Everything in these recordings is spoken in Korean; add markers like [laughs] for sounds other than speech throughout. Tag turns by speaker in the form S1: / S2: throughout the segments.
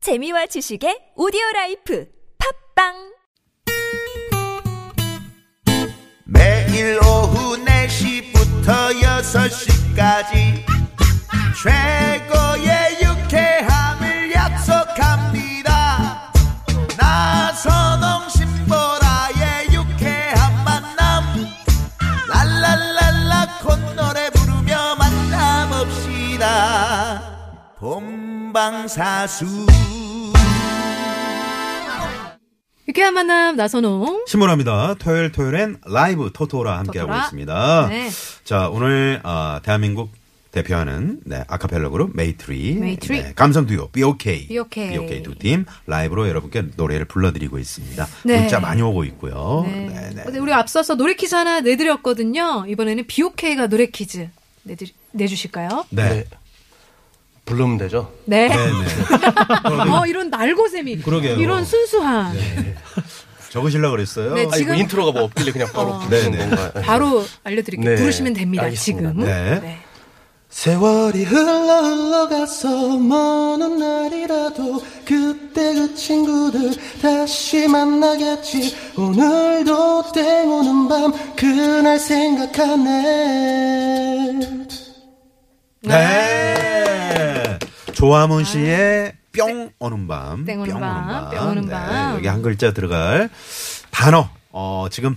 S1: 재미와 지식의 오디오 라이프 팝빵
S2: 매일 오후 4시부터 6시까지 최고의 유쾌함을 약속합니다 나선홍 신보라의 유쾌한 만남 랄랄랄라 콧노래 부르며 만남없시다 본방사수
S3: 유쾌한 만남 나선홍.
S4: 신문합니다. 토요일 토요일엔 라이브 토토라 함께하고
S3: 토토라.
S4: 있습니다.
S3: 네.
S4: 자 오늘 아, 대한민국 대표하는 네, 아카펠라 그룹 메이트리,
S3: 메이트리.
S4: 네, 감성 듀오 BOK,
S3: BOK.
S4: 두팀 라이브로 여러분께 노래를 불러드리고 있습니다.
S3: 네.
S4: 문자 많이 오고 있고요.
S3: 네.
S4: 네, 네.
S3: 근데 우리 앞서서 노래 퀴즈 하나 내드렸거든요. 이번에는 비오케이가 노래 퀴즈 내드, 내주실까요?
S4: 네.
S5: 네. 부르면 되죠.
S3: 네.
S4: 네, 네.
S3: [laughs] 어, 이런 날고샘이.
S4: 그러게요. 네.
S3: 이런 순수함.
S4: 적으시려고 그랬어요.
S3: 네,
S5: 아, 이거
S3: 지금-
S5: 인트로가 뭐 없길래 그냥 바로
S3: 어.
S5: 부르는
S4: 네네.
S5: 건가요? 네.
S3: 바로 알려드릴게요.
S5: 네.
S3: 부르시면 됩니다.
S5: 알겠습니다.
S3: 지금.
S4: 네.
S5: 세월이 흘러 흘러가서 먼 날이라도 그때 그 친구들 다시 만나겠지 오늘도 땡 오는 밤 그날 생각하네
S4: 네. 조화문 씨의 뿅 오는 밤. 네.
S3: 땡 오는 밤, 뿅 오는 밤.
S4: 여기 한 글자 들어갈 단어. 어, 지금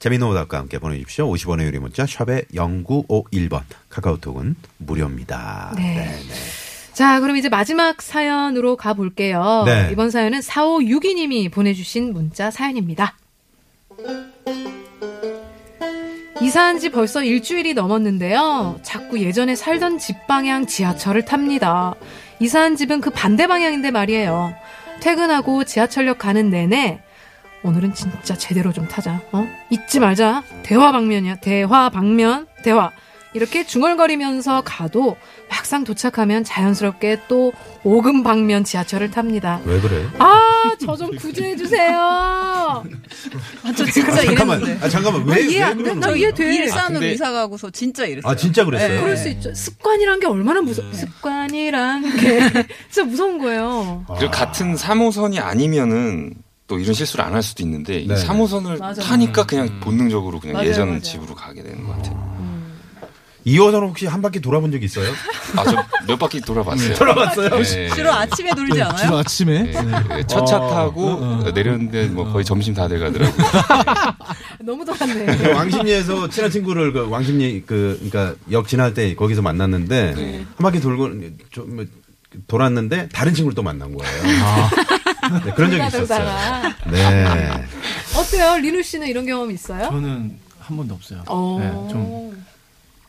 S4: 재미있는 오답과 함께 보내주십시오. 50원의 유리 문자 샵에 0951번. 카카오톡은 무료입니다.
S3: 네. 자, 그럼 이제 마지막 사연으로 가볼게요.
S4: 네.
S3: 이번 사연은 4562님이 보내주신 문자 사연입니다. 이사한 지 벌써 일주일이 넘었는데요. 자꾸 예전에 살던 집 방향 지하철을 탑니다. 이사한 집은 그 반대 방향인데 말이에요. 퇴근하고 지하철역 가는 내내 오늘은 진짜 제대로 좀 타자. 어? 잊지 말자. 대화 방면이야. 대화 방면. 대화. 이렇게 중얼거리면서 가도 막상 도착하면 자연스럽게 또 오금 방면 지하철을 탑니다.
S4: 왜 그래?
S3: 아, 저 좀 구제해 주세요. 아, 저 진짜
S4: 잠깐만. 아, 잠깐만. 왜,
S3: 네. 이해
S4: 왜
S3: 안
S4: 그러는
S3: 된다.
S4: 거야?
S3: 이해 돼. 네.
S6: 일산으로
S5: 근데-
S6: 이사 가고서 진짜 이랬어요.
S4: 아, 진짜 그랬어요?
S3: 그럴 수 있죠. 습관이란 게 얼마나 무서 습관이란 게 [laughs] 진짜 무서운 거예요.
S7: 그리고 같은 3호선이 아니면은 또 이런 실수를 안 할 수도 있는데 이
S4: 네네.
S7: 3호선을
S6: 맞아요.
S7: 타니까 그냥 본능적으로 그냥
S6: 맞아요,
S7: 예전
S6: 맞아요.
S7: 집으로 가게 되는 것 같아요.
S4: 2호선 혹시 한 바퀴 돌아본 적
S3: [laughs]
S4: 있어요?
S7: 아 저 몇 바퀴 돌아봤어요.
S4: 돌아봤어요?
S7: 네.
S6: 주로 아침에 놀지 않아요?
S8: 주로 아침에
S7: 네. 네. 첫차 타고 내렸는데 뭐 거의 점심 다 돼가더라고요.
S3: 너무 더웠네.
S4: 그 왕십리에서 친한 친구를 그 왕십리 그 그러니까 역 지날 때 거기서 만났는데
S3: 네.
S4: 한 바퀴 돌고 좀뭐 돌았는데 다른 친구를 또 만난 거예요.
S3: 아.
S4: 네, 그런
S3: [laughs]
S4: 적이 있었어요.
S3: 돌아다니다가.
S4: 네.
S3: 어때요? 리누 씨는 이런 경험 있어요?
S8: 저는 한 번도 없어요.
S3: 어.
S8: 네, 좀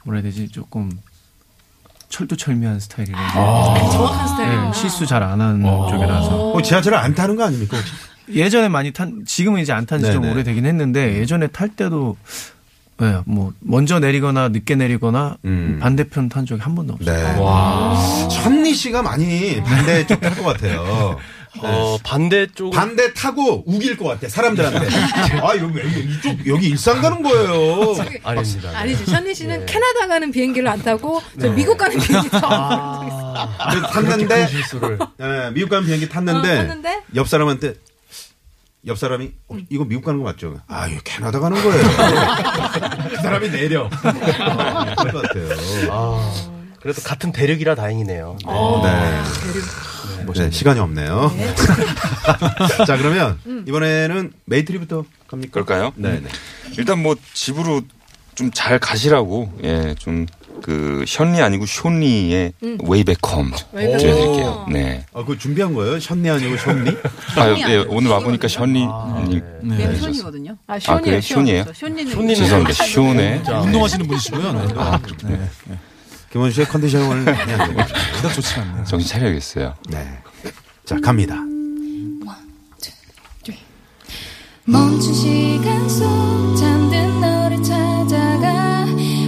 S8: 뭐라 해야 되지? 조금 철두철미한 스타일이고
S3: 정확한 스타일이구나.
S8: 네, 실수 잘 안 하는 쪽이라서
S4: 어, 지하철을 안 타는 거 아닙니까? 혹시?
S8: 예전에 많이 탄 지금은 이제 안 탄 지 좀
S4: 네네. 음.
S8: 오래되긴 했는데 예전에 탈 때도 네, 뭐 먼저 내리거나 늦게 내리거나
S4: 음.
S8: 반대편 탄 적이 한 번도 없어요.
S4: 네. 선미 씨가 많이 반대쪽 탈 것 같아요.
S5: 어, 반대쪽은
S4: 반대 타고 우길 것 같아 사람들한테. 아 여기 왜 이쪽 여기 일산 가는 거예요.
S5: 아닙니다. 네.
S3: 아니지. 션니 씨는 캐나다 가는 비행기를 안 타고 저 미국 가는 비행기
S5: 아.
S3: 타고
S4: 그래서 탔는데 예, 미국 가는 비행기 아, 탔는데,
S3: 어, 탔는데?
S4: 옆 사람한테 옆 사람이 어, 이거 미국 가는 거 맞죠? 아, 이거 캐나다 가는 거예요. 그 사람이 내려. 어, 그럴 것 같아요.
S5: 아, 그래도 같은 대륙이라 다행이네요. 네.
S4: 네. 네, 시간이 없네요. [laughs] 음. 자, 그러면 이번에는 메이트리부터 갑니까?
S7: 그럴까요?
S4: 네, 네.
S7: 일단 뭐 집으로 좀 잘 가시라고 예, 예좀그 션리 아니고 쇼니의
S6: 음.
S7: 웨이백홈
S3: Way Back
S7: 드려드릴게요.
S3: Home.
S7: 네.
S4: 아, 그거 준비한 거예요? 션니 아니고 션니?
S7: 아, 네. 오늘 와보니까 션리님
S6: 왼손이거든요.
S3: 아, 션이에요.
S7: 그래요?
S3: 션.
S7: 션이에요?
S6: 션리는
S7: 죄송합니다. 쇼네.
S8: 운동하시는 분이시고요. 네. 네.
S4: 아, 김원수 씨의 컨디션이 오늘 많이 안 좋고.
S8: 기가 좋지 않네요.
S7: 정신 차려야겠어요.
S4: 네. 자, 갑니다.
S9: 멈춘 시간 속 잠든 너를 찾아가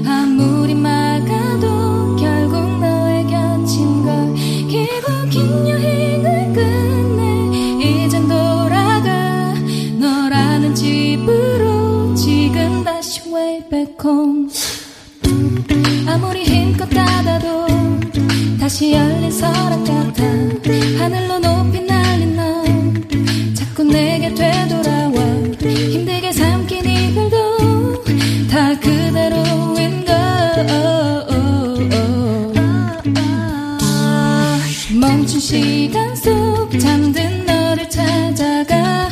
S9: 아무리 막아도 결국 너의 곁인 걸 길고 긴 여행을 끝내 이젠 돌아가 너라는 집으로 지금 다시 way back home 아무리 힘껏 닫아도 다시 열린 서랍 같아 하늘로 높이 날 시간 속 잠든 너를 찾아가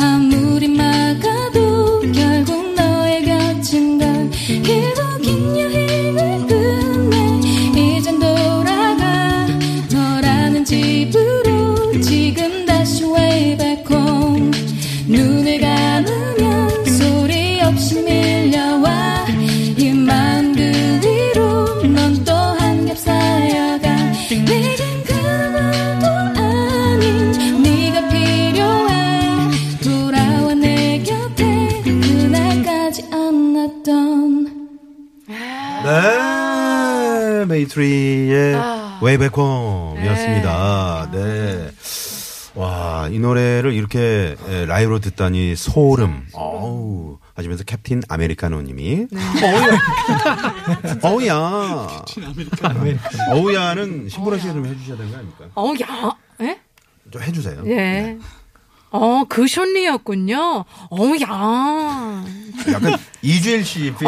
S9: 아무리 막아도 결국 너의 곁인 걸 길고 긴 여행을 끝내 이젠 돌아가 너라는 집으로 지금 다시 way back home 눈을 감으면 소리 없이 밀려와 이 마음 그 위로 넌 또 한 겹 쌓여가 내겐 그만도 아닌 네가 필요해 돌아와 내 곁에 그날까지 안 났던
S4: 네, 메이트리의 웨이백홈이었습니다. 네. 와, 이 노래를 이렇게 예, 라이브로 듣다니 소름. 어우. 하시면서 캡틴 아메리카노 님이 어우야. 어우야. 어우야는 신보라 씨가 좀 해주셔야 되는 거 아닙니까?
S3: 어, 야, 예?
S4: 좀 해주세요.
S3: 예. 어, 그 션리였군요. 어, 야.
S4: 약간 이주일 씨 필.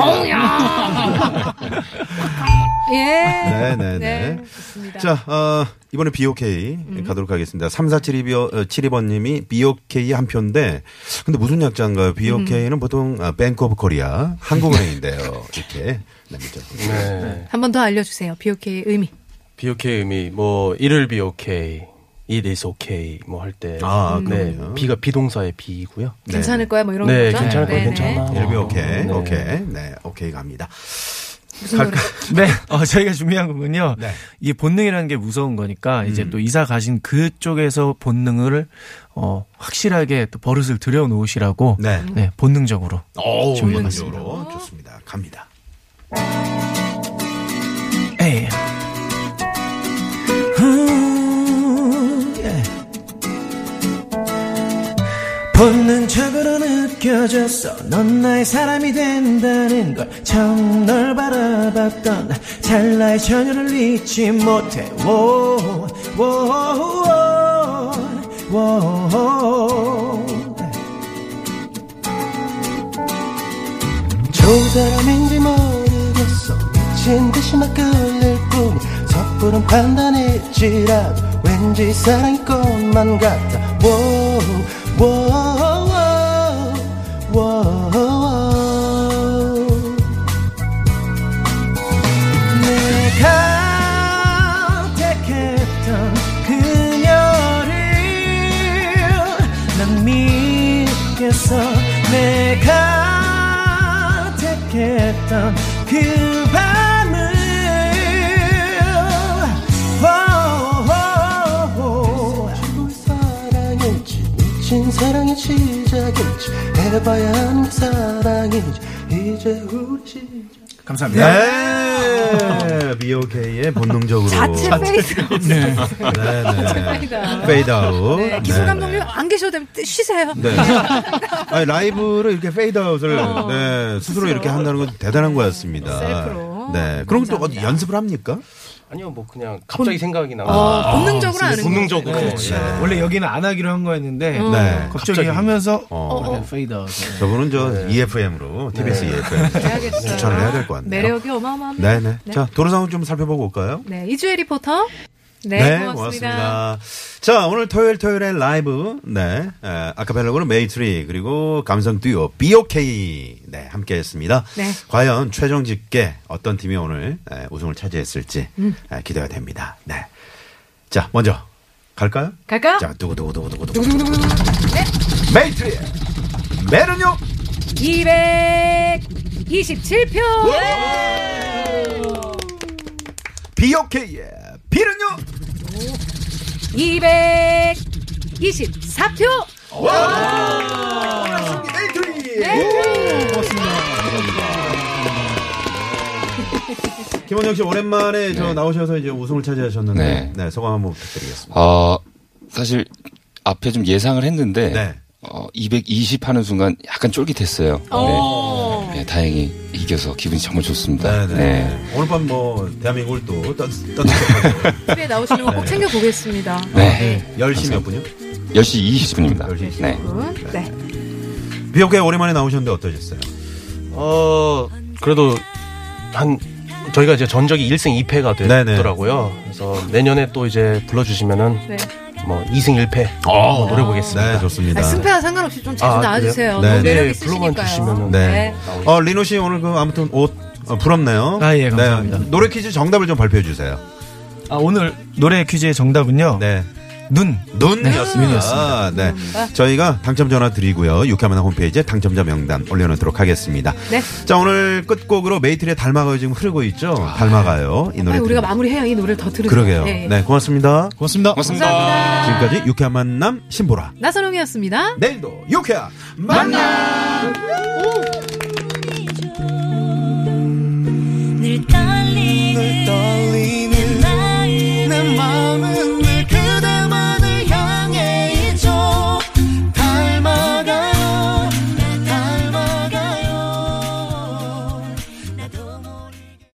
S3: 예.
S4: 네네네. 자, 어, 이번에 BOK
S3: 음.
S4: 가도록 하겠습니다. 어, 3472번님이 BOK 한 표인데, 근데 무슨 약자인가요?
S3: 음.
S4: BOK는 보통 아, 뱅크 오브 코리아, 한국은행인데요. 이렇게. 남기죠.
S5: 네.
S3: 한 번 더 알려주세요. BOK의 의미.
S5: 비오케이 의미 뭐 이를 비오케이, it is okay 뭐 할 때.
S4: 아,
S5: 네.
S4: 그럼요.
S5: 비가 비동사의 비이고요.
S4: 네.
S3: 괜찮을 거야, 뭐 이런
S5: 네,
S3: 거죠?
S5: 괜찮을 거야,
S3: 네네.
S5: 괜찮아.
S4: 일비 오케이,
S5: 네.
S4: 오케이. 네, 오케이 갑니다.
S3: 무슨 노래?
S8: 네, [laughs] 어, 저희가 준비한 거군요.
S4: 네. 음.
S8: 이게 본능이라는 게 무서운 거니까 이제 또 이사 가신 그쪽에서 본능을 어, 확실하게 또 버릇을 들여놓으시라고
S4: 네.
S3: 음.
S8: 네, 본능적으로
S4: 오,
S8: 좋은 것
S4: 이런
S8: 같습니다.
S4: 식으로 좋습니다. 갑니다.
S8: 에이. 아, 예. 본능적으로 느껴졌어 넌 나의 사람이 된다는 걸 처음 널 바라봤던 찰나의 전율을 잊지 못해 오, 오, 오, 오.
S10: 조사람인지 모르겠어 미친 듯이 막 끌릴 뿐 섣부른 판단일지라도 왠지 사랑이 것만 같아 워, 워, 워, 워. 내가 택했던 그녀를 난 믿겠어 내가 택했던 그 밤을 오, 오, 오. 최고의 사랑일지 미친 사랑의 시작일지 해봐야 하는 사랑인지 이제 우리 시작
S8: 감사합니다.
S4: 네, BOK의 본능적으로.
S3: 자체 페이스가
S8: 네.
S4: 네네.
S3: 없습니다.
S4: 페이드아웃.
S3: 네, 기술 감독님 안 계셔도 되면 뜨- 쉬세요. [laughs]
S4: 네. 아니, 라이브로 이렇게 페이드아웃을 네, 스스로 이렇게 한다는 건 대단한 거였습니다.
S3: 어. 셀프로.
S4: 네. 그럼 또 어디 연습을 합니까?
S5: 아니요, 뭐 그냥 갑자기 생각이 나.
S3: 어, 본능적으로
S11: 그렇죠.
S3: 아는 네,
S5: 본능적으로. 예.
S8: 원래 여기는 안 하기로 한 거였는데
S11: 음.
S4: 네.
S8: 갑자기,
S5: 갑자기.
S8: 하면서
S4: 어.
S8: 네, 페이더. 네.
S4: 저분은 저 E EFM으로 TBS
S5: 네.
S4: EFM
S3: 네. 해야겠어요.
S4: E 추천을 해야 될 것 같네요.
S3: 매력이 어마어마합니다.
S4: 네, 네. 자, 도로 상황 좀 살펴보고 올까요?
S3: 네, 이주혜 리포터. 네, 고맙습니다.
S4: 자, 오늘 토요일 토요일에 라이브, 네, 에, 아카펠라 그룹 메이트리, 그리고 감성 듀오 BOK, 네, 함께 했습니다.
S3: 네.
S4: 과연 최종 집계 어떤 팀이 오늘 에, 우승을 차지했을지
S3: 음.
S4: 에, 기대가 됩니다. 네. 자, 먼저 갈까요?
S3: 갈까요?
S4: 자, 두구두구두구두구두구.
S3: 네.
S4: 메이트리! 메르뇨!
S3: 227표.
S4: BOK의 비르뇨!
S3: 224표.
S4: 메이트리! [laughs] 김원영 씨 오랜만에 저 나오셔서 이제 우승을 차지하셨는데 네,
S7: 네.
S4: 소감 한번 부탁드리겠습니다.
S7: 어, 사실 앞에 좀 예상을 했는데
S4: 네.
S7: 어, 220 하는 순간 약간 쫄깃했어요. 네.
S3: 오.
S7: 네, 다행히 이겨서 기분이 정말 좋습니다. 네.
S4: 오늘 밤 뭐 대한민국을 또 떤- 떤든하고
S3: [laughs] 집에 나오시는 거 꼭 챙겨 보겠습니다.
S7: 네.
S4: 10시 몇 분이요?
S7: 10시 20분입니다.
S4: 10시
S7: 네.
S3: 네.
S4: 비옥회 오랜만에 나오셨는데 어떠셨어요?
S5: 어, 그래도 한 저희가 이제 전적이 1승 2패가
S4: 네네.
S5: 됐더라고요. 그래서 내년에 또 이제 불러주시면은
S3: 네.
S5: 뭐 2승 1패 한번 노려보겠습니다.
S4: 네, 좋습니다.
S3: 아, 승패와 상관없이 좀 자주
S5: 아,
S3: 나와주세요.
S4: 그래요?
S3: 너무
S4: 네,
S3: 매력
S4: 네,
S5: 블로그만
S3: 있으시니까요.
S5: 주시면은.
S4: 네. 어, 리노 씨 오늘 그 아무튼 옷 어, 부럽네요.
S11: 아, 예, 감사합니다.
S4: 네, 노래 퀴즈 정답을 좀 발표해 주세요.
S11: 아, 오늘 노래 퀴즈의 정답은요.
S4: 네.
S11: 눈.
S4: 눈이었습니다.
S11: 눈이었습니다.
S4: 네.
S11: 눈이었습니다.
S4: 저희가 당첨 전화 드리고요. 유쾌한 홈페이지에 당첨자 명단 올려놓도록 하겠습니다.
S3: 네.
S4: 자, 오늘 끝곡으로 메이틀의 닮아가요 지금 흐르고 있죠? 닮아가요. 이 노래.
S3: 아, 우리가
S4: 들으면.
S3: 마무리해야 이 노래를 더 들으면.
S4: 그러게요.
S3: 예, 예.
S4: 네, 고맙습니다.
S11: 고맙습니다.
S3: 감사합니다.
S4: 지금까지 유쾌한 만남 신보라.
S3: 나선홍이었습니다.
S4: 내일도 유쾌한 만남!
S9: 늘 떨리는